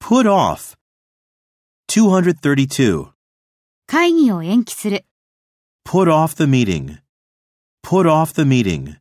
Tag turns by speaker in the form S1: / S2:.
S1: put off. 232.
S2: 会議を延期する。
S1: Put off the meeting. Put off the meeting.